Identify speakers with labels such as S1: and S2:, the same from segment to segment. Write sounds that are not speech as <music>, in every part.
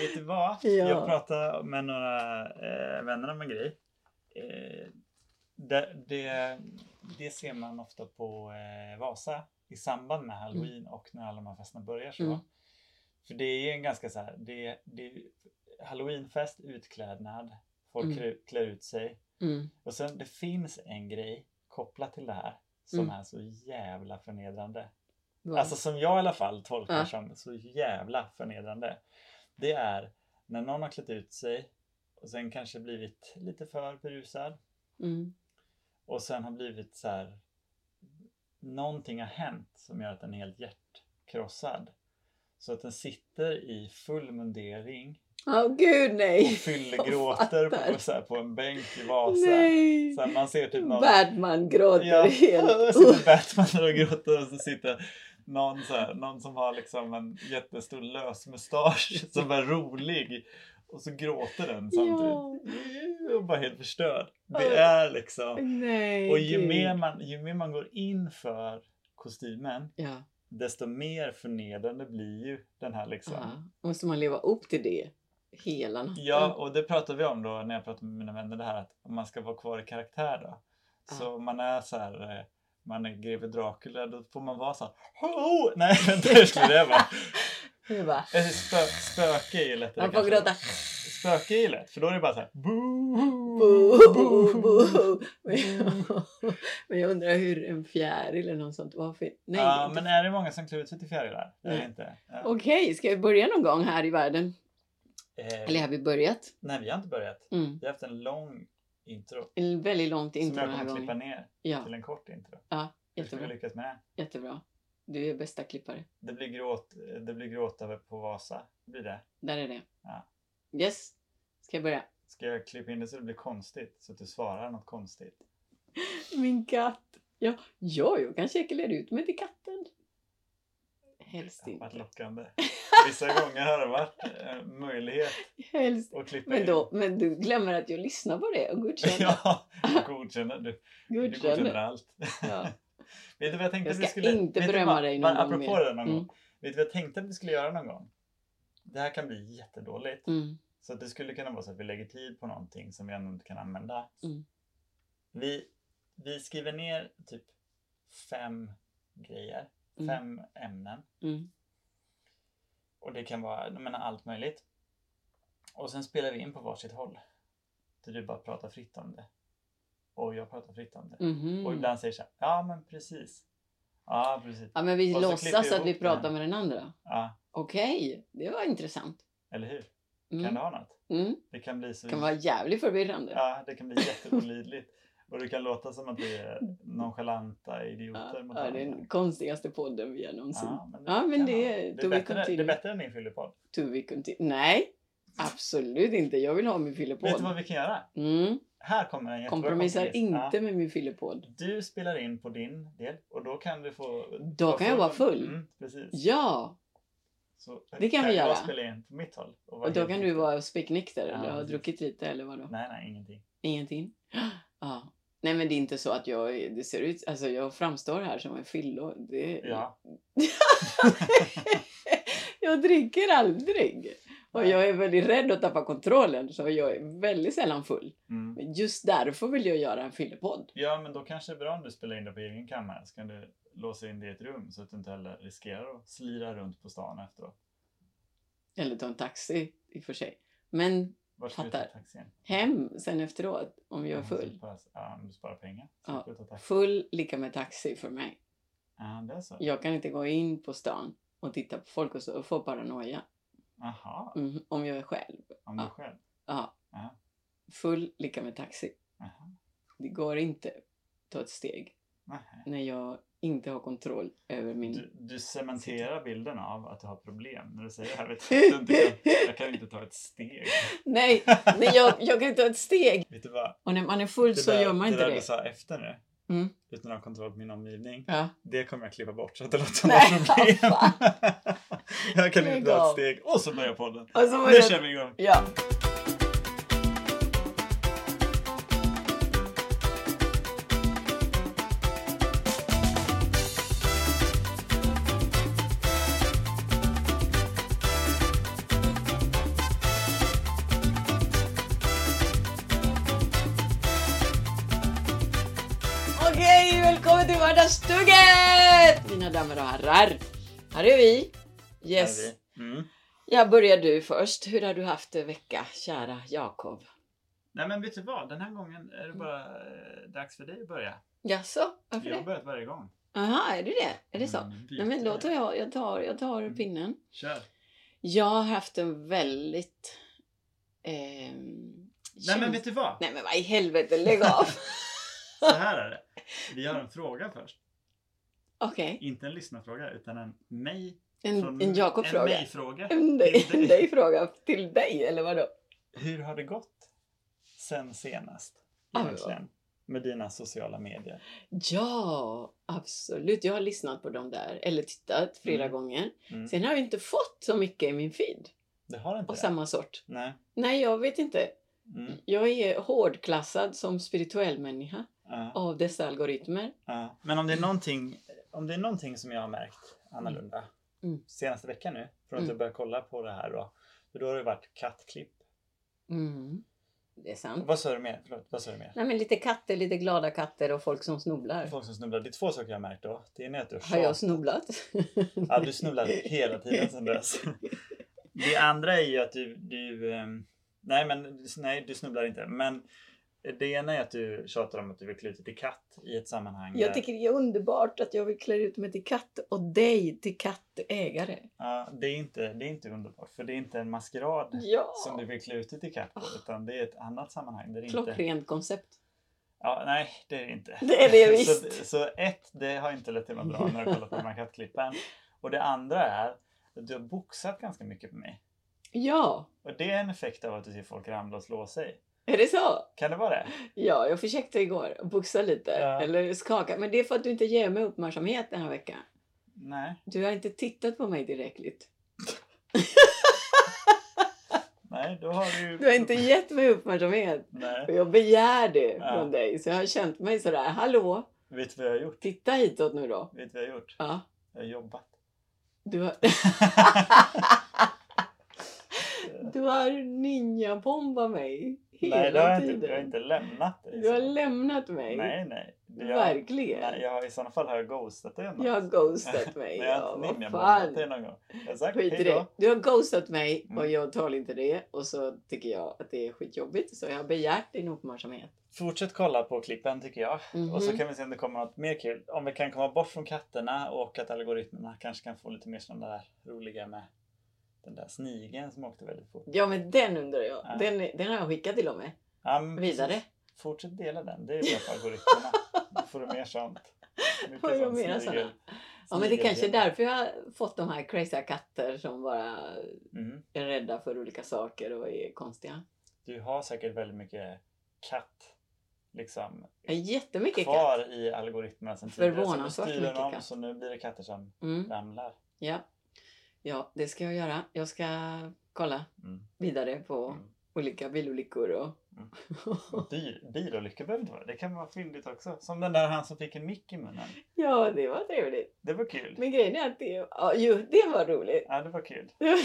S1: Vet du vad?
S2: <laughs> Ja.
S1: Jag pratade med några eh, vänner om en grej. Eh, det, det, det ser man ofta på eh, Vasa i samband med halloween och när alla de här festerna börjar. Så.
S2: Mm.
S1: För det är en ganska så här, det, det är halloweenfest, utklädnad, folk
S2: Mm.
S1: klär, klär ut sig.
S2: Mm.
S1: Och sen det finns en grej kopplat till det här som
S2: Mm.
S1: är så jävla förnedrande.
S2: Vad?
S1: Alltså som jag i alla fall tolkar
S2: Ja.
S1: som så jävla förnedrande. Det är när någon har klätt ut sig och sen kanske blivit lite för berusad
S2: Mm.
S1: och sen har blivit så här. Någonting har hänt som gör att den är helt hjärtkrossad. Så att den sitter i full mundering
S2: Åh gud nej!
S1: och
S2: <laughs> Jag
S1: fyllegråter
S2: fattar.
S1: på, så här, på en bänk i Vasa.
S2: Nej!
S1: Så här, man ser typ någon
S2: Batman gråter
S1: Ja, <laughs>
S2: helt.
S1: sitter Batman och gråter och så sitter någon, så här, någon som har liksom en jättestor lös
S2: <laughs>
S1: mustasch som är rolig och så gråter den
S2: Ja.
S1: samtidigt. Och bara helt förstörd. Det
S2: Ja.
S1: är liksom...
S2: Nej,
S1: Och ju
S2: gud.
S1: mer man, ju mer man går in för kostymen
S2: Ja,
S1: desto mer förnedrande blir ju den här liksom.
S2: aha. Måste man leva upp till det hela natten?
S1: Ja, och det pratade vi om då när jag pratade med mina vänner det här att om man ska vara kvar i karaktär då. Så om man är så här, eh, man är greve Dracula, då får man vara så här. "Ho!" Nej, <laughs> vänta, hur skulle det vara?
S2: Det bara,
S1: Eh, Spö, spöke är ju lättare.
S2: man
S1: kanske.
S2: får gråta.
S1: Spöke är ju lätt, för då är det bara så här.
S2: Mm.
S1: Boo,
S2: Boo, boo. Men, jag, <laughs> men jag undrar hur en fjäril eller något sånt. Varför? Nej.
S1: ja,
S2: inte- Mm.
S1: men är det många som klär ut sig till fjärilar? Det är det
S2: Nej.
S1: inte. Ja.
S2: Okej, ska vi börja någon gång här i världen? Eller
S1: Eh,
S2: har vi börjat?
S1: nej, vi har inte börjat.
S2: Mm.
S1: Vi har haft en lång intro.
S2: En väldigt långt intro
S1: som
S2: den
S1: jag
S2: här
S1: kommer klippa
S2: gången.
S1: ner
S2: Ja,
S1: till en kort intro. Det ska vi
S2: jättebra.
S1: lyckas med.
S2: jättebra. Du är bästa klippare.
S1: Det blir gråt, det blir gråt över på Vasa. Det blir det.
S2: Där är det.
S1: Ja.
S2: Yes, ska jag börja?
S1: Ska jag klippa in det så det blir konstigt? Så att du svarar något konstigt?
S2: Min katt. Ja, ja jag kan säkert lära ut mig till katten. Helst
S1: Det har varit
S2: inte.
S1: lockande. Vissa gånger har det varit eh, möjlighet
S2: Helst.
S1: att klippa
S2: Men,
S1: in.
S2: då, men du glömmer att jag lyssnar på det och godkänner.
S1: <laughs> Ja, du godkänner. Du, du godkänner
S2: godkänner.
S1: allt.
S2: Ja.
S1: Vet du vad jag tänkte
S2: Jag
S1: att
S2: ska
S1: vi skulle...
S2: inte
S1: vet du
S2: berömma
S1: vad-
S2: dig
S1: vad-
S2: någon gång
S1: Apropå
S2: mer.
S1: det någon
S2: Mm.
S1: gång. Vet du vad jag tänkte att vi skulle göra någon gång? Det här kan bli jättedåligt.
S2: Mm.
S1: Så att det skulle kunna vara så att vi lägger tid på någonting som vi ändå inte kan använda.
S2: Mm.
S1: Vi, vi skriver ner typ fem grejer,
S2: Mm.
S1: fem ämnen.
S2: Mm.
S1: Och det kan vara jag menar, allt möjligt. Och sen spelar vi in på varsitt håll. Så du bara pratar fritt om det. Och jag pratar fritt om det.
S2: Mhm.
S1: Och ibland säger jag så här, ja men precis. Ja precis.
S2: Ja, men
S1: Och
S2: vi
S1: så klipper
S2: låtsas
S1: vi
S2: att vi
S1: ihop det här.
S2: pratar med den andra.
S1: Ja,
S2: Okej, det var intressant.
S1: eller hur? Kan
S2: Mm.
S1: du ha något?
S2: Mm.
S1: Det kan bli så...
S2: Det kan vara jävligt förvirrande.
S1: Ja, det kan
S2: <laughs>
S1: bli jätteolidligt. Och det kan låta som att vi är nonchalanta idioter
S2: Ja,
S1: mot
S2: ja, det är den konstigaste podden vi har någonsin.
S1: Ja, men det,
S2: Ja, men
S1: kan
S2: det-
S1: vara.
S2: då
S1: det, är
S2: vi
S1: bättre, det
S2: continue.
S1: är bättre än din fyllepodd.
S2: To be continu- Nej, absolut inte. Jag vill ha min
S1: Vet du vad
S2: fyllepodd.
S1: vi kan göra?
S2: Mm.
S1: Här kommer en jättebra
S2: Kompromissar
S1: kompromiss. Ja.
S2: inte med min fyllepodd.
S1: Du spelar in på din del och då kan du få...
S2: Då kan jag vara full.
S1: Mm, precis.
S2: Ja,
S1: Så
S2: det kan vi göra.
S1: Jag spela in på mitt håll. vara
S2: och då
S1: helt
S2: kan du
S1: nykter.
S2: vara spiknykter eller
S1: Ja,
S2: ha
S1: precis.
S2: druckit lite eller vadå?
S1: Nej, nej, ingenting.
S2: Ingenting? <gasps> Ja. Nej men det är inte så att jag, är- det ser ut, alltså jag framstår här som en fyllo. Det,
S1: Ja.
S2: jag dricker aldrig. Och
S1: Nej.
S2: jag är väldigt rädd att tappa kontrollen så jag är väldigt sällan full.
S1: Mm.
S2: Men just därför vill jag göra en fyllepodd.
S1: Ja, men då kanske det är bra om du spelar in det på egen kammare. Så kan du låsa in det i ett rum så att du inte heller riskerar att slira runt på stan efteråt.
S2: Eller ta en taxi i och för sig. Men
S1: Vart ska du ta
S2: Fattar.
S1: taxin?
S2: hem sen efteråt om jag är
S1: Ja, så
S2: full.
S1: pass- Ja, om du sparar pengar.
S2: Ja.
S1: Ja. Ta taxi.
S2: Full lika med taxi för mig.
S1: ja, det är så.
S2: Jag kan inte gå in på stan och titta på folk och så få paranoia.
S1: Jaha,
S2: Mm, om jag är själv.
S1: om du
S2: Ja.
S1: själv.
S2: Ja.
S1: Ja.
S2: Full lika med taxi.
S1: Jaha.
S2: Det går inte att ta ett steg
S1: Nej.
S2: när jag inte har kontroll över min... <laughs>
S1: Du, du cementerar bilden av att du har problem när du säger det här.
S2: <laughs>
S1: Vet du, att du inte kan, jag kan inte ta ett steg.
S2: Nej, nej jag, jag kan inte ta ett steg!
S1: Vet du vad?
S2: Och när man är full så gör man inte
S1: där
S2: det.
S1: du sa efter nu,
S2: Mm.
S1: utan att ha kontroll på min omgivning,
S2: Ja.
S1: det kommer jag klippa bort så att det låter som
S2: Nej,
S1: ett problem.
S2: vad
S1: <laughs> jag kan
S2: Lägg
S1: inte ta
S2: av.
S1: ett steg. Och så börjar podden.
S2: Och så var
S1: Nu
S2: det-
S1: kör vi igång.
S2: Ja. välkomna till Vardagsstuget! Mina damer och herrar. Här är vi. Yes.
S1: Är vi. Mm.
S2: Jag börjar du först. Hur har du haft en vecka, kära Jakob?
S1: Nej men vet du vad? Den här gången
S2: Mm.
S1: är det bara eh, dags för dig att börja.
S2: Jaså, varför
S1: Jag har
S2: det?
S1: börjat varje gång.
S2: Aha, är det det? Är det så?
S1: Mm,
S2: Nej, men då tar jag, jag tar, jag tar
S1: Mm.
S2: pinnen.
S1: Kör.
S2: Jag har haft en väldigt... ehm,
S1: Nej men
S2: käns-
S1: vet du vad?
S2: Nej men vad i helvete,
S1: <laughs>
S2: lägg av!
S1: Så här är det. Vi har en fråga först.
S2: Okej,
S1: Inte en lyssnarfråga utan en mig.
S2: en,
S1: från-
S2: en
S1: En
S2: Jakob-fråga.
S1: mig-fråga.
S2: En dig, en dig fråga till dig, eller vadå?
S1: Hur har det gått sen senast?
S2: Ja, men
S1: Egentligen. Med dina sociala medier.
S2: Ja, absolut. Jag har lyssnat på dem där, eller tittat flera
S1: Mm.
S2: gånger.
S1: Mm.
S2: Sen har jag inte fått så mycket i min feed
S1: Det har inte
S2: av
S1: det?
S2: samma sort.
S1: Nej.
S2: Nej, jag vet inte.
S1: Mm.
S2: Jag är hårdklassad som spirituell människa
S1: Ja,
S2: av dessa algoritmer.
S1: ja. Men om det, är någonting, om det är någonting som jag har märkt annorlunda
S2: Mm.
S1: senaste veckan nu, från att
S2: Mm.
S1: jag började kolla på det här då, för då har det varit kattklipp.
S2: Mm. Det är sant.
S1: Vad sa du mer? Förlåt, vad sa du mer?
S2: Nej, men lite katter, lite glada katter och folk som snubblar.
S1: Folk som snubblar. Det är två saker jag har märkt då. Det ena är att du
S2: Har jag
S1: tjatar.
S2: snubblat?
S1: Ja, du
S2: <laughs>
S1: snubblar hela tiden sedan dess. Det andra är ju att du, du ehm, nej men nej, du snubblar inte. Men det ena är att du tjatar om att du vill klä ut dig till katt i ett sammanhang.
S2: Jag
S1: där-
S2: tycker det är underbart att jag vill klä ut mig till katt och dig till kattägare.
S1: ja, det, är inte, det är inte underbart för det är inte en maskerad
S2: Ja!
S1: som du vill klä ut dig till katt på utan det är ett annat sammanhang. Där det inte,
S2: Ah. Klockrent koncept.
S1: ja, nej, det är det inte.
S2: Det är det
S1: <laughs> så,
S2: visst.
S1: så ett, det har inte lett till något bra när jag har kollat på de här kattklippen. Och det andra är att du har boxat ganska mycket på mig.
S2: Ja,
S1: Och det är en effekt av att du ser folk ramla och slå sig.
S2: är det så?
S1: Kan det vara det?
S2: Ja, jag försökte igår att boxa lite
S1: Ja.
S2: eller skaka. Men det är för att du inte ger mig uppmärksamhet den här veckan.
S1: Nej.
S2: Du har inte tittat på mig tillräckligt.
S1: Nej, då har du ju...
S2: Du har inte gett mig uppmärksamhet. Och
S1: Nej.
S2: jag begär det
S1: Ja.
S2: från dig. Så jag har känt mig sådär, hallå,
S1: Vet du vad jag har gjort?
S2: titta hitåt nu då.
S1: Vet du vad jag har gjort?
S2: Ja,
S1: Jag har
S2: <laughs>
S1: jobbat.
S2: du har, <laughs> du har ninjabombat mig hela
S1: nej, det har jag
S2: tiden.
S1: inte. Jag har inte lämnat dig.
S2: Du har lämnat mig.
S1: Nej, nej. Det- Jag,
S2: Verkligen.
S1: nej jag har, I sådana fall har jag ghostat dig någon
S2: Jag har
S1: gång. <laughs>
S2: ghostat mig.
S1: Men jag har
S2: ja,
S1: inte
S2: vad
S1: ninjabombat dig
S2: fan.
S1: någon gång. Jag har sagt
S2: Skit i
S1: hej
S2: det.
S1: då.
S2: Du har ghostat mig och
S1: Mm.
S2: jag tål inte det. Och så tycker jag att det är skitjobbigt. Så jag har begärt din uppmärksamhet.
S1: Fortsätt kolla på klippen tycker jag.
S2: Mhm.
S1: Och så kan vi se om det kommer något mer kul. Om vi kan komma bort från katterna och att algoritmerna kanske kan få lite mer sådana där roliga med den där snigeln som åkte väldigt fort.
S2: Ja men den undrar jag.
S1: Ja.
S2: Den, den har jag skickat till och med.
S1: Ja, men precis.
S2: Vidare.
S1: Fortsätt dela den, det är bra för algoritmerna. Då får du mer
S2: <laughs>
S1: sånt. Mycket
S2: Har jag
S1: sånt
S2: mera
S1: snigel-
S2: såna? Ja men det
S1: snigelgrejer.
S2: kanske är därför jag har fått de här crazy katter som bara
S1: Mm.
S2: är rädda för olika saker och är konstiga.
S1: Du har säkert väldigt mycket katt liksom,
S2: Jag har jättemycket
S1: kvar
S2: katt.
S1: i algoritmerna sen
S2: Förvånansvärt
S1: Så du styr
S2: mycket
S1: dem,
S2: katt.
S1: så nu blir det katter som
S2: Mm.
S1: ramlar.
S2: Ja. ja, det ska jag göra. Jag ska kolla
S1: Mm.
S2: vidare på
S1: Mm.
S2: olika bilolyckor och...
S1: Och Bil, bilolyckor behöver inte vara det. Det kan vara fyndigt också. Som den där han som fick en mick i munnen.
S2: ja, det var trevligt.
S1: Det var kul.
S2: Men grejen är att det... Ja, jo, det var roligt.
S1: Ja, det var kul.
S2: Det var...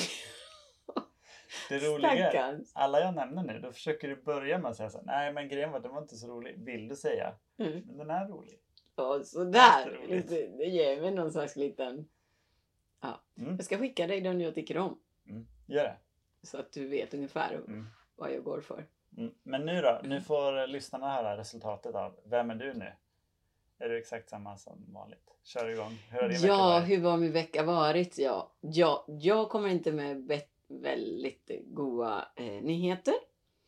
S1: Det roliga är,
S2: Stackarns.
S1: alla jag nämner nu, då försöker du börja med att säga så här, nej men grejen var att den var inte så rolig, vill du säga.
S2: Mm.
S1: Men den är rolig.
S2: Ja, sådär.
S1: Jätteroligt.
S2: Lite, det ger mig någon slags liten... Ja.
S1: Mm.
S2: Jag ska skicka dig den jag tycker om.
S1: Mm. Gör det.
S2: Så att du vet ungefär
S1: Mm.
S2: vad jag går för.
S1: Mm. Men nu då? Nu får eh, lyssnarna höra resultatet av Vem är du nu? Är du exakt samma som vanligt? Kör igång. Hur har din vecka
S2: Ja,
S1: varit?
S2: hur har min vecka varit? Ja, ja, jag kommer inte med bet- väldigt goda eh, nyheter.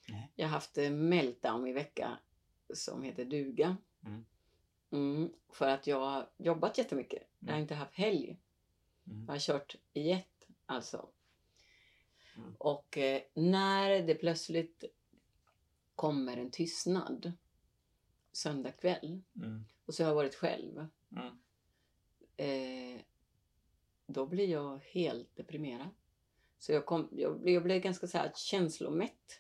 S1: Nej.
S2: Jag har haft en meltdown i vecka som heter duga.
S1: Mm.
S2: Mm, för att jag har jobbat jättemycket. Jag har
S1: Mm.
S2: inte haft helg.
S1: Mm.
S2: Jag har kört jet alltså.
S1: Mm.
S2: Och eh, när det plötsligt kommer en tystnad söndag kväll
S1: Mm.
S2: och så har jag varit själv.
S1: Mm.
S2: Eh, då blir jag helt deprimerad. Så jag, kom, jag, blev, jag blev ganska så här känslomätt.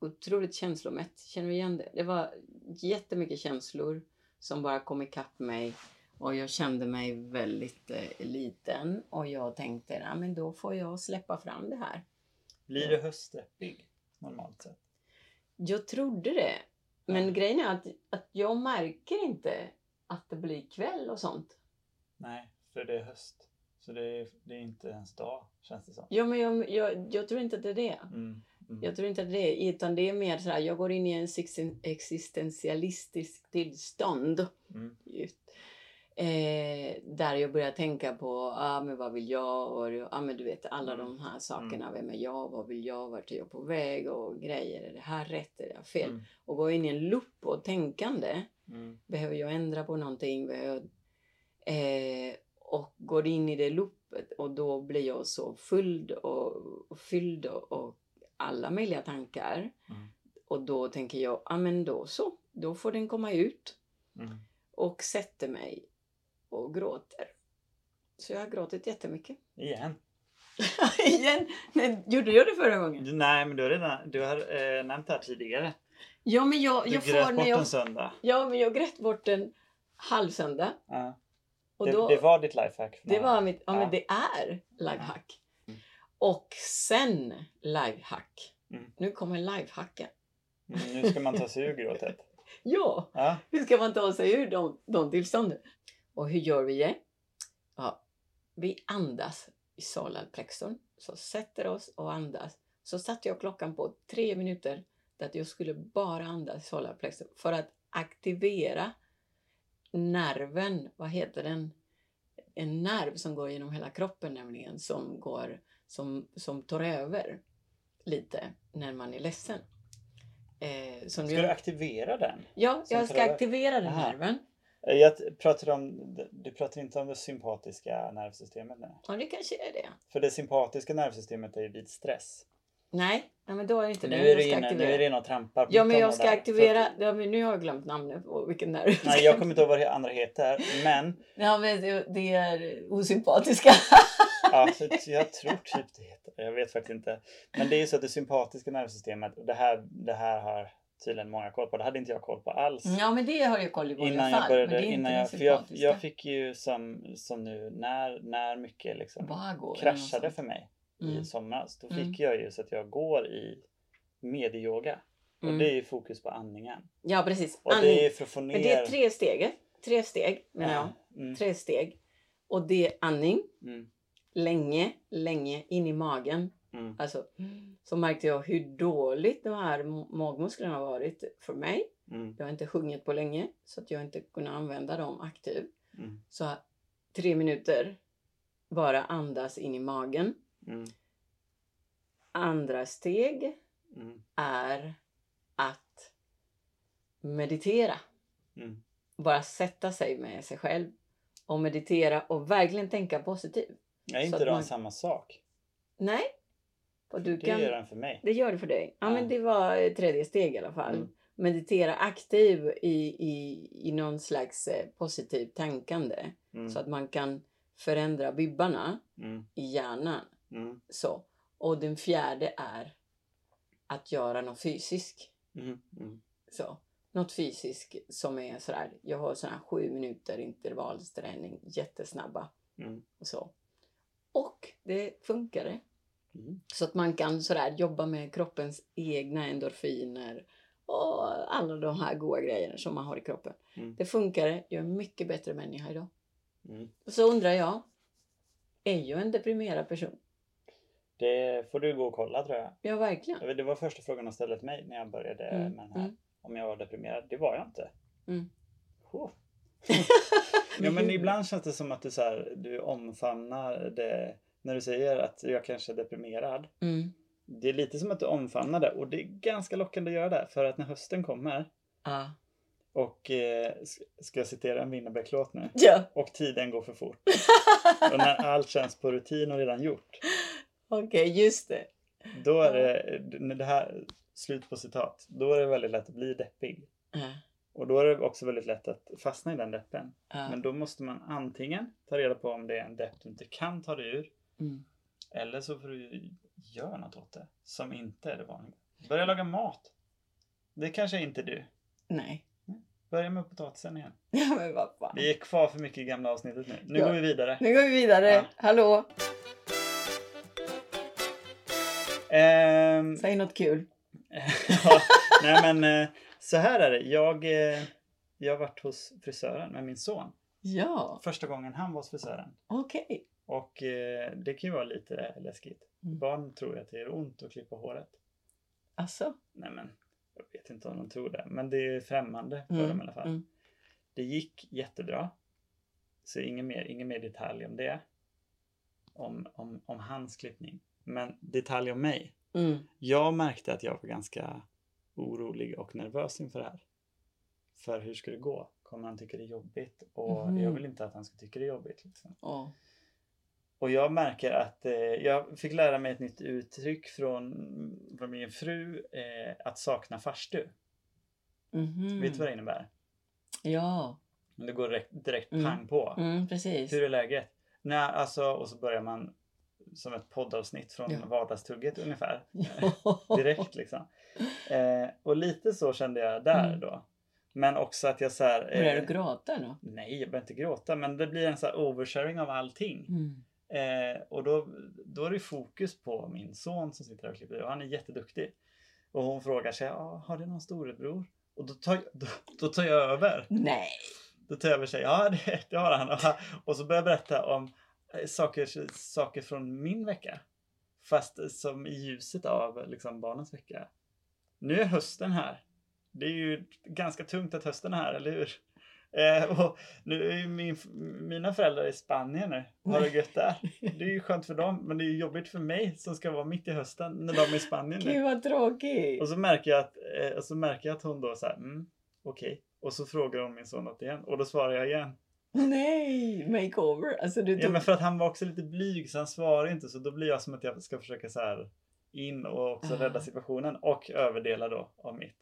S2: Otroligt känslomätt. Känner du igen det? Det var jättemycket känslor som bara kom ikapp mig. Och jag kände mig väldigt eh, liten. Och jag tänkte, ja men då får jag släppa fram det här.
S1: Blir du höstdeppig normalt sett?
S2: Jag trodde det. Men
S1: Ja.
S2: grejen är att, att jag märker inte att det blir kväll och sånt.
S1: Nej, för det är höst. Så det är, det är inte ens dag, känns det som.
S2: Ja, men jag, jag, jag tror inte att det är det.
S1: Mm, mm.
S2: Jag tror inte att det är utan det är mer så här, jag går in i en sixen- existentialistisk tillstånd.
S1: Mm.
S2: Just. Eh, där jag börjar tänka på, ah, men vad vill jag? Och, ah, men du vet alla
S1: Mm.
S2: de här sakerna. Vem är jag? Vad vill jag? Vart är jag på väg? Och grejer. Är det här rätt? Är det här fel?
S1: Mm,
S2: Och gå in i en loop och tänkande.
S1: mm,
S2: Behöver jag ändra på någonting? Behöver, eh, och går in i det loopet och då blir jag så fylld och, och fylld och, och alla möjliga tankar.
S1: Mm.
S2: Och då tänker jag, ja ah, men då så, då får den komma ut
S1: mm.
S2: och sätter mig och gråter. Så jag har gråtit <laughs> jättemycket.
S1: Igen.
S2: Igen! Nej, gjorde jag det förra gången?
S1: Du, nej, men du har redan du har, eh, nämnt det här tidigare.
S2: Ja men jag,
S1: Du
S2: jag får
S1: grät bort
S2: när jag...
S1: en söndag.
S2: Ja men jag grät bort den halvsöndag.
S1: Ja.
S2: Och
S1: det,
S2: då...
S1: det var ditt lifehack. för
S2: Det
S1: några-
S2: var mitt, ja,
S1: Ja.
S2: men det är livehack.
S1: Mm.
S2: Och sen livehack.
S1: Mm.
S2: Nu kommer livehacken.
S1: Mm, nu ska man ta sig ur gråtet.
S2: Ja,
S1: Ja.
S2: hur ska man ta sig ur de, de tillstånden? Och hur gör vi det? Ja, vi andas i solarplexon. Så sätter oss och andas. Så satte jag klockan på tre minuter där att jag skulle bara andas i solarplexon för att aktivera nerven, vad heter den? En nerv som går genom hela kroppen nämligen, som, går, som, som tar över lite när man är ledsen. Eh, som
S1: Ska
S2: gör-
S1: du aktivera den?
S2: Ja,
S1: Som
S2: jag ska
S1: förövare?
S2: aktivera den
S1: Aha.
S2: nerven.
S1: Eh, Jag t- pratar om, du pratar inte om det sympatiska nervsystemet nu.
S2: Ja, det kanske är det.
S1: För det sympatiska nervsystemet är ju vid stress.
S2: Nej, ja, men då är det inte
S1: Nu
S2: det.
S1: är,
S2: jag
S1: det
S2: ska
S1: inne, nu
S2: aktivera.
S1: är det inne och trampar på
S2: Ja, men
S1: tårna
S2: jag ska
S1: där.
S2: aktivera.
S1: För att-
S2: Ja, men nu har jag glömt namnet på vilken nerv. jag ska-
S1: Nej, jag kommer inte ihåg vad det andra heter. Men
S2: Ja, men det- det är osympatiska. <laughs>
S1: ja, så t- jag tror typ det heter Jag vet faktiskt inte. Men det är ju så att det sympatiska nervsystemet, och det här, det här har tydligen många koll på. Det hade inte jag koll på alls.
S2: Mm, Ja, men det har jag koll på i alla
S1: Innan
S2: fall.
S1: jag
S2: men
S1: började,
S2: det är
S1: innan
S2: inte
S1: jag,
S2: det
S1: för jag,
S2: sympatiska.
S1: jag fick ju som, som nu när, när mycket liksom
S2: Vago eller
S1: kraschade
S2: något
S1: för mig
S2: sånt.
S1: i somras. Då fick
S2: Mm.
S1: jag ju så att jag går i medieyoga. Och
S2: Mm.
S1: det
S2: Mm.
S1: är ju fokus på andningen.
S2: Ja, precis.
S1: Och
S2: Andning.
S1: det är för att få ner...
S2: Men det är tre steg. Tre steg, menar jag.
S1: Mm,
S2: Tre steg. Och det är andning,
S1: mm,
S2: länge, länge in i magen.
S1: mm,
S2: Alltså, så märkte jag hur dåligt de här ma- magmusklerna har varit för mig.
S1: mm,
S2: Jag har inte sjungit på länge så att jag inte kunde använda dem aktivt.
S1: mm,
S2: Så här, tre minuter, bara andas in i magen.
S1: mm,
S2: Andra steg
S1: mm,
S2: är att meditera.
S1: mm,
S2: Bara sätta sig med sig själv och meditera och verkligen tänka positivt.
S1: Jag är
S2: Så
S1: inte
S2: att
S1: de
S2: man-
S1: samma sak.
S2: Nej, och du
S1: Det
S2: kan...
S1: gör den för mig.
S2: Det gör det för dig. Ja,
S1: Ja.
S2: men det var eh, tredje steg i alla fall.
S1: Mm.
S2: Meditera aktiv i, i, i någon slags eh, positivt tänkande.
S1: Mm,
S2: Så att man kan förändra vibbarna
S1: mm,
S2: i hjärnan.
S1: mm,
S2: Så. Och den fjärde är att göra något fysiskt.
S1: mm, mm,
S2: Så. Något fysiskt som är sådär, jag har sådana här sju minuter intervallsträning, jättesnabba.
S1: mm,
S2: Och så. Och det funkade.
S1: mm.
S2: Så att man kan sådär jobba med kroppens egna endorfiner och alla de här goda grejerna som man har i kroppen.
S1: Mm.
S2: Det funkar. Jag är en mycket bättre människa idag.
S1: Mm.
S2: Och så undrar jag, är jag en deprimerad person?
S1: Det får du gå och kolla tror jag.
S2: Ja, verkligen.
S1: Jag vet, Det var första frågan de ställde till mig när jag började
S2: Mm,
S1: med den här.
S2: mm.
S1: Om jag var deprimerad. Det var jag inte.
S2: Mm.
S1: Oh. ja, men ibland känns det som att du, så här, du omfamnar det. När du säger att jag kanske är deprimerad.
S2: Mm.
S1: Det är lite som att du omfamnar det och det är ganska lockande att göra det. För att när hösten kommer
S2: Ja.
S1: <laughs> och eh, s- ska jag citera en Winnerbäck-låt nu?
S2: ja.
S1: Och tiden går för fort. Och
S2: <laughs>
S1: när allt känns på rutin och redan gjort.
S2: Okej, just det.
S1: Då är det, när det här, slut på citat. Då är det väldigt lätt att bli deppig.
S2: Ja.
S1: Och då är det också väldigt lätt att fastna i den deppen.
S2: Ja.
S1: Men då måste man antingen ta reda på om det är en depp du inte kan ta dig ur.
S2: Mm.
S1: Eller så får du göra något åt det som inte är det vanliga. Börja laga mat. Det kanske inte är du.
S2: Nej. <laughs>
S1: Börja med potatisen igen.
S2: Ja, men vad fan.
S1: Vi är kvar för mycket i gamla avsnittet nu. Nu
S2: Ja.
S1: går vi vidare.
S2: Nu går vi vidare.
S1: Ja.
S2: Hallå,
S1: Ehm,
S2: säg något kul.
S1: Ehm, <laughs> ja, nej men eh, så här är det. Jag, eh, jag varit hos frisören med min son.
S2: Ja,
S1: Första gången han var hos frisören.
S2: okej.
S1: Och eh, det kan ju vara lite läskigt.
S2: Mm.
S1: Barn tror ju att det gör ont att klippa håret.
S2: Alltså,
S1: Nej men, jag vet inte om de tror det. Men det är främmande för
S2: Mm,
S1: dem i alla fall.
S2: mm.
S1: Det gick jättebra. Så ingen mer, ingen mer detalj om det. Om, om, om hans klippning. Men detalj om mig.
S2: mm.
S1: Jag märkte att jag var ganska orolig och nervös inför det här. För hur ska det gå? Kommer han tycka det är jobbigt? Och
S2: Mhm.
S1: jag vill inte att han ska tycka det är jobbigt. Liksom.
S2: ja.
S1: Och jag märker att eh, jag fick lära mig ett nytt uttryck från, från min fru. Eh, att sakna farstu.
S2: Mhm.
S1: Vet du vad det innebär?
S2: Ja,
S1: Men det går direkt, direkt
S2: Mm.
S1: pang på.
S2: mm, precis. <laughs>
S1: Hur är läget? Nej, alltså, och så börjar man som ett poddavsnitt från
S2: Ja.
S1: vardagstugget ungefär.
S2: Ja.
S1: direkt liksom. Eh, och lite så kände jag där
S2: Mm.
S1: då. Men också att jag så här, eh,
S2: Börjar du gråta då?
S1: Nej, jag behöver inte gråta, men det blir en så här oversharing av allting.
S2: Mm.
S1: Eh, och då, då är det fokus på min son som sitter där och klipper och han är jätteduktig. Och hon frågar sig, ah, har du någon storebror? Och då tar, jag- då, då tar jag över.
S2: Nej.
S1: Då tar jag över och säger, ja det, det har han. Och, och så börjar jag berätta om eh, saker, saker från min vecka. Fast som i ljuset av liksom, barnens vecka. Nu är hösten här. Det är ju ganska tungt att hösten är här, eller hur? Eh, och nu är ju min, mina föräldrar i Spanien nu. Har det gött där. Det är ju skönt för dem, men det är ju jobbigt för mig som ska vara mitt i hösten när de är i Spanien nu.
S2: Gud vad tråkigt.
S1: Och så märker jag att, eh, och så märker jag att hon då så här, mm, okej. Och så frågar hon min son något igen och då svarar jag igen.
S2: Nej, makeover. Alltså du
S1: Ja
S2: tog...
S1: men för att han var också lite blyg så han svarar inte så då blir jag som att jag ska försöka så här in och också
S2: Ah.
S1: rädda situationen och överdela då av mitt.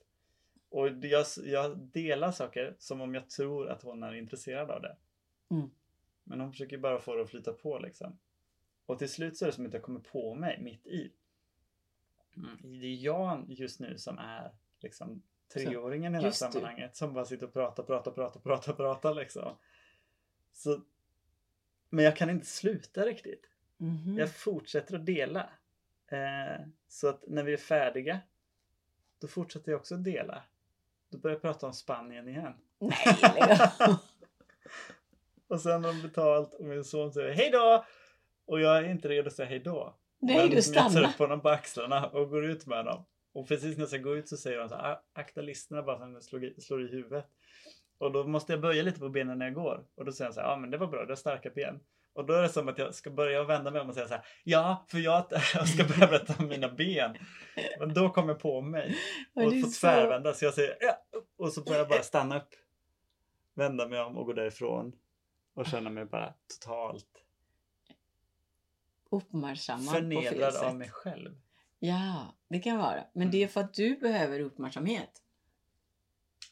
S1: Och det- jag, jag delar saker som om jag tror att hon är intresserad av det.
S2: Mm.
S1: Men hon försöker bara få det att flyta på liksom. Och till slut så är det som att jag kommer på mig mitt i.
S2: Mm.
S1: Det är jag just nu som är liksom treåringen i det här
S2: just det.
S1: sammanhanget som bara sitter och pratar, pratar, pratar, pratar, pratar liksom. Så, men jag kan inte sluta riktigt.
S2: Mhm.
S1: Jag fortsätter att dela. Eh, så att när vi är färdiga, då fortsätter jag också att dela. Då börjar jag prata om Spanien igen.
S2: Nej, lägg av.
S1: <laughs> Och sen har de betalt och min son säger hej då! Och jag är inte redo att säga hej då.
S2: Nej,
S1: Jag
S2: du
S1: tar
S2: stannar.
S1: upp honom på axlarna och går ut med honom. Och precis när jag ska gå ut så säger de så här, "Ah, akta listerna bara så att de slår, i- slår i huvudet. Och då måste jag böja lite på benen när jag går. Och då säger han så här, ja men det var bra, du har starka ben. Och då är det som att jag ska börja vända mig om och säga så här, ja för jag, <laughs> jag ska börja berätta om mina ben. Men då kommer jag på mig
S2: Men
S1: och
S2: det är
S1: får
S2: så-
S1: tvärvända så jag säger ja! och så börjar jag bara stanna upp. Vända mig om och gå därifrån. Och känna mig bara totalt
S2: Uppmärksammad på fel
S1: förnedrad
S2: sätt.
S1: av mig Mm. själv.
S2: Ja, det kan vara. Men det är för att du behöver uppmärksamhet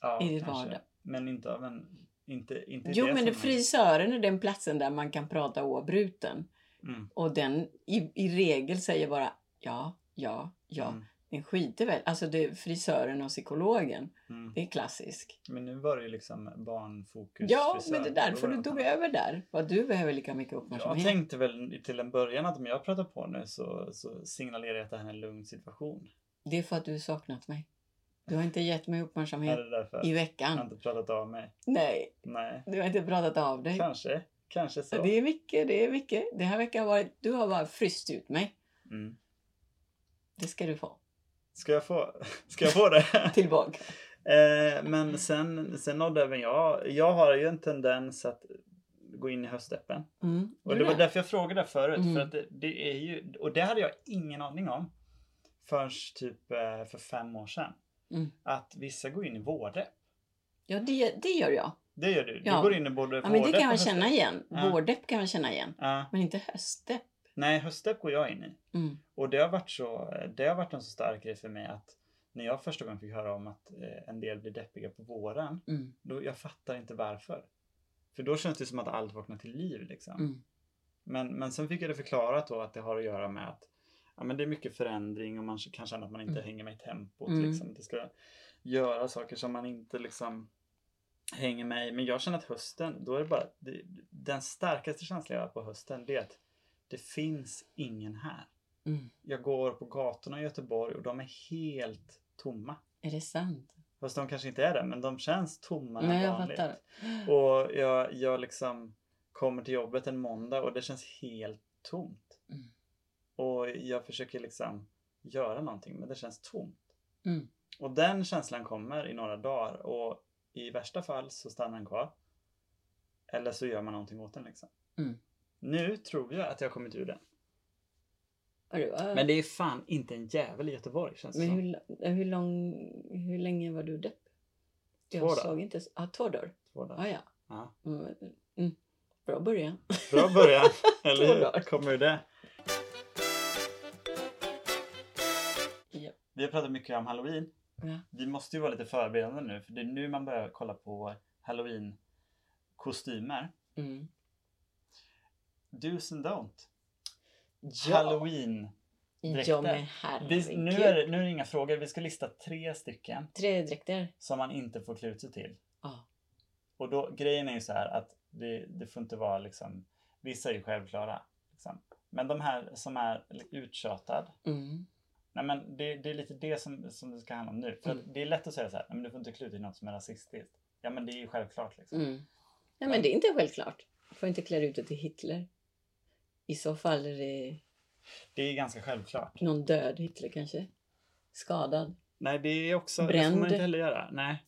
S1: Ja,
S2: i din
S1: kanske.
S2: vardag.
S1: Men inte av en... Inte, inte i det
S2: Jo, men det
S1: sammanhanget.
S2: frisören är den platsen där man kan prata oavbruten.
S1: Mm,
S2: Och den i, i regel säger bara ja, ja, ja.
S1: mm,
S2: Den skiter väl. Alltså det är frisören och psykologen.
S1: mm.
S2: Det är klassisk.
S1: Men nu var det ju liksom barnfokus.
S2: Ja,
S1: frisör.
S2: men det är därför
S1: Då var
S2: du
S1: det-
S2: tog över där. Vad du behöver lika mycket
S1: Jag
S2: uppmärksamhet.
S1: tänkte väl till en början att om jag pratar på nu så, så signalerar jag att det här är en lugn situation.
S2: Det är för att du saknat mig. Du har inte gett mig
S1: Är
S2: uppmärksamhet
S1: det därför?
S2: i
S1: Jag har
S2: veckan.
S1: inte pratat av mig.
S2: Nej,
S1: Nej,
S2: du har inte pratat av dig.
S1: kanske. Kanske så.
S2: Det är mycket, det är mycket. Det här veckan har varit, du har bara fryst ut mig.
S1: Mm.
S2: Det ska du få
S1: Ska jag få, <laughs> ska jag få det?
S2: tillbaka.
S1: Eh, men sen, sen nådde även jag. Jag har ju en tendens att gå in i höstdeppen.
S2: Mm.
S1: Och det
S2: gjorde
S1: var
S2: jag.
S1: därför jag frågade förut.
S2: Mm.
S1: För att det, det är ju, och det hade jag ingen aning om förrän typ eh, för fem år sedan.
S2: Mm.
S1: Att vissa går in i vårdepp.
S2: Ja, det, det gör jag.
S1: Det gör du.
S2: Ja.
S1: Du går in i både
S2: Ja, men det
S1: vårdepp
S2: kan man
S1: och
S2: känna
S1: höstdepp.
S2: igen.
S1: Ja.
S2: Vårdepp kan man känna igen.
S1: Ja.
S2: Men inte höstdepp.
S1: nej, höstdepp går jag in i.
S2: Mm.
S1: Och det har varit, så, det har varit en så stark grej för mig att när jag första gången fick höra om att eh, en del blir deppiga på våren.
S2: Mm.
S1: Då, jag fattar inte varför. För då känns det som att allt vaknar till liv liksom.
S2: Mm.
S1: Men, men sen fick jag det förklarat då att det har att göra med att ja, men det är mycket förändring och man kan känna att man inte
S2: Mm.
S1: hänger med i tempot.
S2: Mm.
S1: Liksom. Det ska göra saker som man inte liksom hänger med i. Men jag känner att hösten, då är det bara det, den starkaste känslan jag har på hösten det är att det finns ingen här.
S2: Mm.
S1: Jag går på gatorna i Göteborg och de är helt tomma.
S2: Är det sant?
S1: Fast de kanske inte är det, men de känns tommare
S2: Nej,
S1: än
S2: jag
S1: vanligt.
S2: fattar.
S1: Och jag, jag liksom kommer till jobbet en måndag och det känns helt tomt.
S2: Mm.
S1: Och jag försöker liksom göra någonting men det känns tomt.
S2: Mm.
S1: Och den känslan kommer i några dagar och i värsta fall så stannar den kvar. Eller så gör man någonting åt den liksom.
S2: Mm.
S1: Nu tror jag att jag har kommit ur den.
S2: Ja, det var-
S1: Men det är fan inte en jävel i Göteborg känns det
S2: Men hur,
S1: som.
S2: la- hur, lång, hur länge var du depp?
S1: Två
S2: Jag
S1: dagar.
S2: såg inte. Ja, två dagar.
S1: Två
S2: Ah,
S1: dagar.
S2: ja.
S1: Ja.
S2: Mm. Mm. Bra början.
S1: Bra början, eller
S2: <laughs> Två
S1: hur?
S2: dagar.
S1: Kommer ur det.
S2: Ja.
S1: Vi har pratat mycket om halloween.
S2: Ja.
S1: Vi måste ju vara lite förberedande nu för det är nu man börjar kolla på halloween kostymer.
S2: Mm.
S1: Do's and don't.
S2: Ja, Mm,
S1: Halloween.
S2: ja
S1: dräkter.
S2: men
S1: Vi,
S2: herregud.
S1: nu, är, det- nu är det inga frågor. Vi ska lista tre stycken
S2: Tre dräkter.
S1: som man inte får klä ut sig till.
S2: Ja.
S1: Och då, grejen är ju så här att det, det får inte vara liksom, vissa är ju självklara. Liksom. Men de här som är uttjatad,
S2: Mm.
S1: nej men det, det är lite det som, som det ska handla om nu. För
S2: Mm.
S1: att det är lätt att säga så här, nej men du får inte klä ut dig i något som är rasistiskt. Ja men det är ju självklart liksom.
S2: Mm. Nej, men det är inte självklart. Du får inte klä ut dig till Hitler. I så fall är det
S1: Det är ganska självklart.
S2: någon död Hitler kanske.
S1: <laughs>
S2: Skadad.
S1: Nej, det är också... Det får
S2: Bränd.
S1: man inte heller göra. Nej.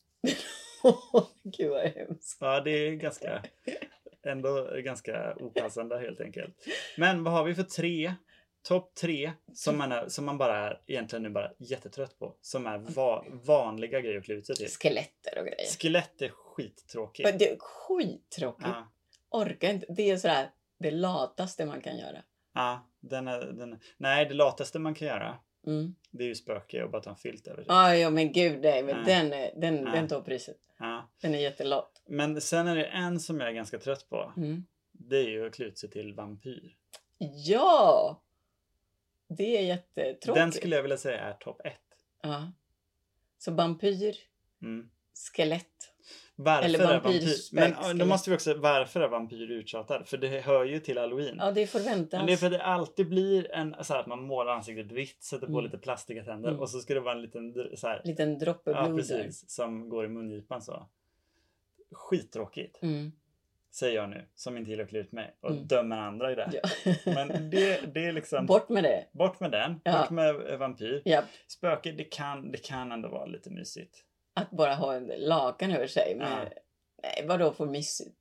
S2: Gud vad hemskt.
S1: Ja, det är ganska... Ändå ganska opassande helt enkelt. Men vad har vi för tre? Topp tre som man, är, som man bara är egentligen nu bara jättetrött på. Som är va, vanliga grejer att klä ut sig till.
S2: Skeletter och grejer.
S1: Skelett är
S2: Men
S1: skittråkigt.
S2: det är skittråkigt.
S1: Ja,
S2: Orkar inte. Det är sådär det lataste man kan göra.
S1: ja, den är, den är. Nej, det lataste man kan göra
S2: Mm.
S1: det är ju spöke och bara ta en filt över sig.
S2: Ah, ja men gud nej, men
S1: Typ. Nej.
S2: den, är, den,
S1: Nej.
S2: den tar priset.
S1: Ja.
S2: Den är jättelat.
S1: Men sen är det en som jag är ganska trött på.
S2: Mm.
S1: Det är ju att klä ut sig till vampyr.
S2: Ja! Det är jättetråkigt.
S1: Den skulle jag vilja säga är topp ett.
S2: ja. Så vampyr,
S1: Mm.
S2: skelett.
S1: Varför
S2: Eller
S1: är
S2: vampyr,
S1: vampyr...
S2: spökskelett.
S1: Men ja, då måste vi också, varför är vampyr uttjatad? För det hör ju till halloween.
S2: Ja, det alltså- får väntas.
S1: Men det är för att det alltid blir en så här att man målar ansiktet vitt, sätter på
S2: Mm.
S1: lite plastiga tänder
S2: Mm.
S1: och så ska det vara en liten dr- så här,
S2: Liten droppe
S1: ja,
S2: blod där.
S1: precis, som går i mungipan så. Skittråkigt,
S2: Mm.
S1: säger jag nu, som inte gillar att klä ut mig och
S2: Mm.
S1: dömer andra i det. här.
S2: Ja.
S1: Men
S2: <laughs>
S1: det, det är liksom, bort,
S2: Bort med det.
S1: med den,
S2: Ja.
S1: bort med eh, vampyr.
S2: Ja,
S1: Spöke, det kan, det kan ändå vara lite mysigt.
S2: att bara ha en lakan över sig. Med, Nej, vadå för mysigt?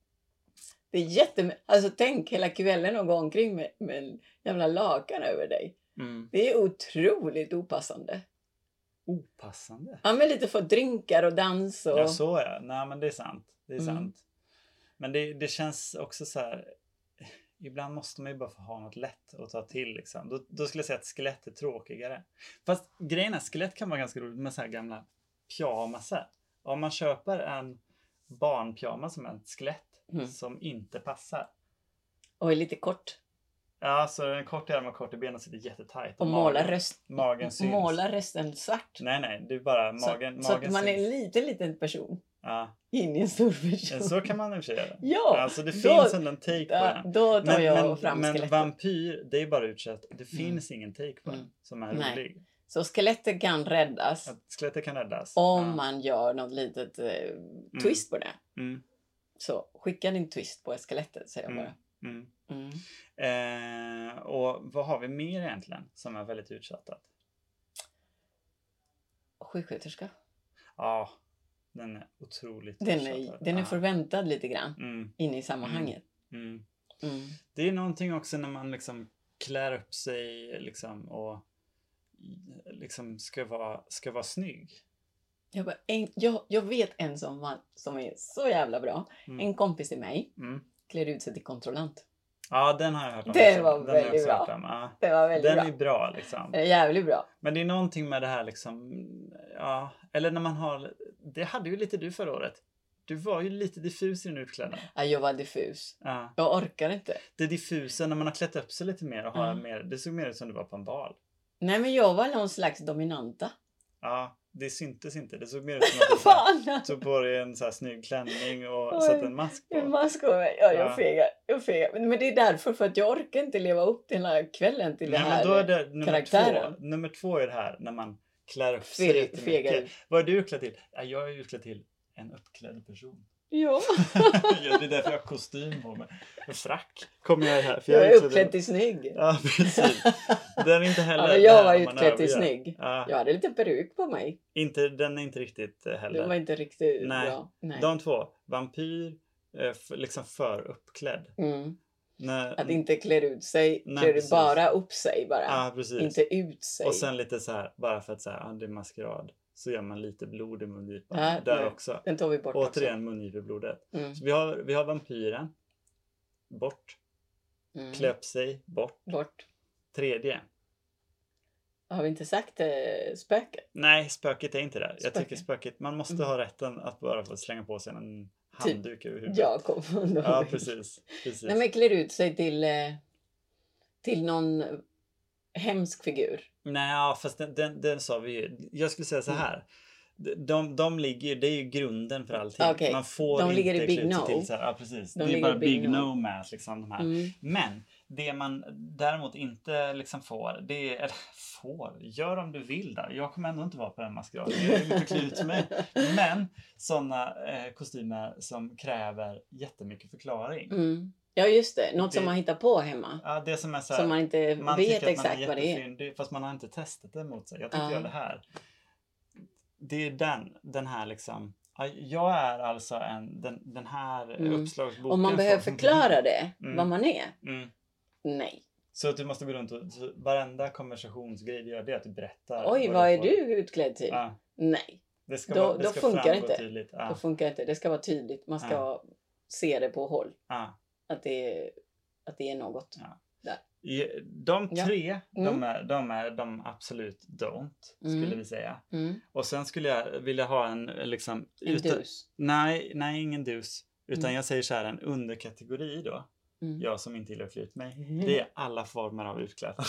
S2: Det är jätte... Alltså tänk hela kvällen och gå omkring med, med en jävla lakan över dig.
S1: Mm.
S2: Det är otroligt opassande.
S1: Opassande.
S2: Ja, men lite för drinkar och dans och...
S1: Ja, så ja. Nej, men det är sant. Det är
S2: Mm.
S1: sant. Men det, det känns också så här. Ibland måste man ju bara få ha något lätt att ta till. Liksom. Då, då skulle jag säga att skelett är tråkigare. Fast grejen är, skelett kan vara ganska roligt med så här gamla pyjamasar. Om man köper en barnpyjamas som är ett skelett
S2: Mm.
S1: som inte passar.
S2: och är lite kort.
S1: Ja, så den är kort i armarna och kort i benen så det är jättetajt.
S2: Och
S1: magen-
S2: måla, röst,
S1: Magen syns.
S2: måla resten svart.
S1: Nej, nej, det är bara
S2: Så,
S1: magen.
S2: så att
S1: magen
S2: man är
S1: syns.
S2: en liten, liten person
S1: Ja,
S2: in i en stor person.
S1: så kan man i och för sig göra.
S2: Ja,
S1: Alltså det
S2: då-
S1: finns ändå en take på
S2: ja,
S1: den.
S2: då tar
S1: Men,
S2: jag
S1: men,
S2: fram
S1: men
S2: skelettet.
S1: vampyr, det är bara utkött. Det finns ingen take på den
S2: Mm.
S1: som är
S2: Nej.
S1: rolig.
S2: Så skelettet kan räddas
S1: Att skelettet kan räddas.
S2: om
S1: Ja.
S2: man gör något litet eh, twist på det.
S1: Mm,
S2: Så skicka din twist på skelettet säger jag
S1: Mm.
S2: bara.
S1: mm.
S2: Mm.
S1: Eh, och vad har vi mer egentligen som är väldigt utkattat?
S2: Sjuksköterska.
S1: Ja, den är otroligt
S2: Den
S1: uttjatad.
S2: är, den är
S1: Ja.
S2: förväntad lite grann
S1: mm,
S2: in i sammanhanget.
S1: mm.
S2: Mm.
S1: Det är någonting också när man liksom klär upp sig liksom och liksom ska vara, ska vara snygg.
S2: Jag, bara, en, jag, jag vet en som, var, som är så jävla bra.
S1: Mm.
S2: En kompis till mig
S1: Mm.
S2: klär ut sig till kontrollant.
S1: Ja, den har jag hört om.
S2: Det
S1: också.
S2: var
S1: den har jag
S2: väldigt
S1: också hört
S2: bra.
S1: om, Ja.
S2: Det var väldigt
S1: Den
S2: bra.
S1: är bra liksom.
S2: Den är jävligt bra.
S1: Men det är någonting med det här liksom, ja, eller när man har, det hade ju lite du förra året. Du var ju lite diffus i din utklädnad.
S2: Ja, jag var diffus.
S1: Ja.
S2: Jag orkar inte.
S1: Det diffusa, när man har klätt upp sig lite mer och har
S2: Mm.
S1: mer, det såg mer ut som du var på en bal.
S2: Nej, men jag var någon slags dominanta.
S1: Ja, det syntes inte. Det såg mer ut som
S2: <laughs>
S1: att du så här
S2: Fan!
S1: tog på dig en så här snygg klänning och
S2: Oj.
S1: satte en mask
S2: Hur
S1: på.
S2: man ska vara- Ja,
S1: Ja.
S2: jag fegar. Jag fegar. Men men det är därför, för att jag orkar inte leva upp till den här kvällen till
S1: Nej,
S2: det
S1: men
S2: här.
S1: då är det nummer två.
S2: karaktären.
S1: Nummer två är det här när man klär upp sig
S2: Fe-
S1: jättemycket.
S2: Fegar.
S1: Vad är du klädd till? Ja, jag är ju klädd till en uppklädd person.
S2: Ja,
S1: ja, det är därför jag har kostym på mig. En frack kommer jag i här. För
S2: jag
S1: ju
S2: är uppklädd till snygg.
S1: Ja,
S2: <laughs>
S1: precis. Den är inte heller...
S2: Ja, men jag
S1: där
S2: var
S1: om
S2: ju
S1: man
S2: utklädd till
S1: övergör.
S2: snygg.
S1: Ja,
S2: Jag hade lite peruk på mig.
S1: inte, den är inte riktigt eh, heller.
S2: Det var inte riktigt
S1: Nej.
S2: bra. Nej.
S1: De två, vampyr, eh, f- liksom för uppklädd.
S2: Mm.
S1: När,
S2: Att inte klär ut sig,
S1: Nej,
S2: klär
S1: precis.
S2: bara upp sig bara.
S1: ja, precis.
S2: Inte ut sig.
S1: Och sen lite så här, bara för att säga, ah, det är maskerad, så gör man lite blod i mungipan.
S2: Ja,
S1: Där
S2: nej.
S1: också.
S2: Den tar vi bort
S1: Återigen mungipeblod.
S2: också. Mm.
S1: Så vi har, vi har vampyren, bort,
S2: Mm.
S1: klä upp sig, bort.
S2: Bort.
S1: Tredje.
S2: Har vi inte sagt eh, spöket?
S1: Nej, spöket är inte där. Jag
S2: Spöke.
S1: tycker spöket, man måste
S2: Mm.
S1: ha rätten att bara få slänga på sig en
S2: Typ.
S1: handduk över huvudet.
S2: Jag <laughs> kom från
S1: Mm. Ja, precis. precis.
S2: Nej, men klär ut sig till, eh, till någon hemsk figur.
S1: Nej, ja, fast den, den, den sa vi ju. Jag skulle säga så
S2: Mm.
S1: här. De- De, de ligger ju, det är ju grunden för allting.
S2: Ah, Okej,
S1: Man får
S2: de
S1: inte
S2: ligger i Big
S1: klä ut sig
S2: No.
S1: Till så här. Ja, precis.
S2: De
S1: det är
S2: ligger i
S1: bara
S2: Big
S1: Big
S2: No.
S1: No med liksom de här.
S2: Mm.
S1: Men det man däremot inte liksom får, det är, eller får, gör om du vill där. Jag kommer ändå inte vara på en maskerad. Jag är inte klä ut mig. <laughs> Men sådana eh, kostymer som kräver jättemycket förklaring.
S2: <laughs> Mm. Ja, just det. Något som
S1: Det-
S2: man hittar på hemma.
S1: Ja, det som är så här,
S2: Som man inte
S1: man
S2: vet
S1: tycker att
S2: exakt
S1: man
S2: vad det är.
S1: jättefyndig, Fast man har inte testat det mot sig. Jag tänkte
S2: Ja.
S1: göra det här. Det är den, den här liksom. Ja, Jag är alltså en, den, den här
S2: Mm.
S1: uppslagsboken.
S2: Om man behöver
S1: får-
S2: förklara det,
S1: Mm.
S2: vad man är.
S1: Mm.
S2: Nej.
S1: Så att du måste gå runt och så varenda konversationsgrej du gör det är att du berättar.
S2: Oj,
S1: du
S2: vad är
S1: får.
S2: du utklädd till?
S1: Ja,
S2: Nej,
S1: det ska,
S2: Då-
S1: vara, det
S2: då
S1: ska
S2: funkar
S1: framgå
S2: inte.
S1: tydligt. Ja,
S2: då funkar inte. Det ska vara tydligt. Man ska se det på håll.
S1: ja.
S2: Att det är, att det är något.
S1: Ja. I- De
S2: Ja.
S1: tre,
S2: Mm.
S1: de, är, de är de absolut don't,
S2: Mm.
S1: skulle vi säga.
S2: Mm.
S1: Och sen skulle jag vilja ha en liksom...
S2: En
S1: utan-
S2: dus.
S1: Nej, nej ingen dus. Utan
S2: Mm.
S1: jag säger så här, en underkategori då.
S2: Mm.
S1: Jag som inte gillar att klä ut mig.
S2: Mm. <laughs>
S1: Det är alla former av utklädnad.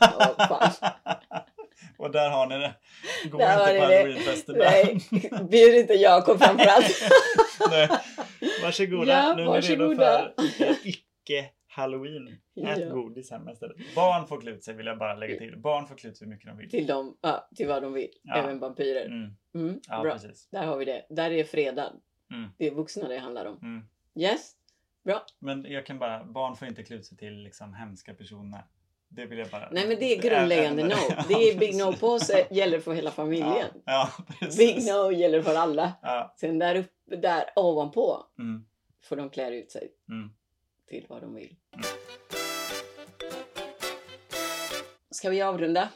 S2: Ja, fan.
S1: <laughs> Och där har ni det. Gå
S2: Där har
S1: inte
S2: ni
S1: på
S2: det.
S1: halloweenfesten.
S2: Nej, bjud inte Jakob framförallt.
S1: <laughs>
S2: <laughs>
S1: Nej. Varsågoda,
S2: Ja,
S1: nu är ni redo
S2: varsågoda.
S1: för eh, icke-halloween. Ät
S2: Ja.
S1: godis hemma istället. Barn får klä ut sig vill jag bara lägga till. Barn får klä ut sig hur mycket de vill.
S2: Till, dem, ja, till vad de vill.
S1: Ja.
S2: Även vampyrer.
S1: Mm.
S2: Mm,
S1: Ja,
S2: bra.
S1: precis.
S2: Där har vi det. Där är fredag.
S1: Mm.
S2: Det är vuxna det handlar om.
S1: Mm.
S2: Yes. Bra.
S1: Men jag kan bara, barn får inte klä ut sig till liksom hemska personer. Det vill jag bara...
S2: Nej men det är
S1: Även-
S2: grundläggande
S1: <laughs>
S2: no. Det är big no
S1: precis.
S2: på sig. Gäller för hela familjen.
S1: <laughs> Ja, ja precis.
S2: Big no gäller för alla.
S1: Ja,
S2: Sen där uppe, där ovanpå
S1: mm,
S2: får de klä ut sig
S1: mm.
S2: till vad de vill. Ska vi avrunda?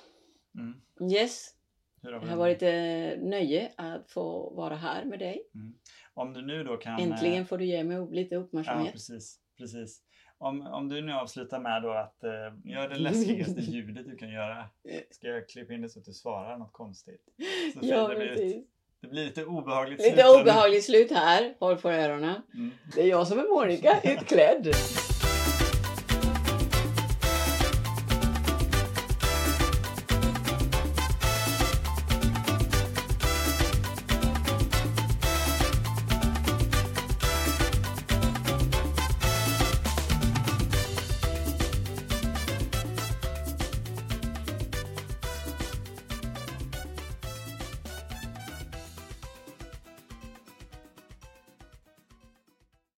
S1: Mm.
S2: Yes,
S1: Hur har
S2: det
S1: vi
S2: har
S1: det?
S2: varit ett nöje att få vara här med dig.
S1: Om du nu då kan... eh,
S2: Äntligen får du ge mig lite
S1: Ja,
S2: uppmärksamhet.
S1: precis. precis. Om, om du nu avslutar med då att eh, gör det
S2: <laughs>
S1: läskigaste ljudet du kan göra. Ska jag klippa in det så att du svarar något konstigt? Så får
S2: Ja,
S1: det, bli ut,
S2: precis.
S1: det blir lite obehagligt. slut,
S2: Lite
S1: men-
S2: obehagligt slut här. Håll för öronen.
S1: Mm.
S2: Det är jag som är Monica, utklädd.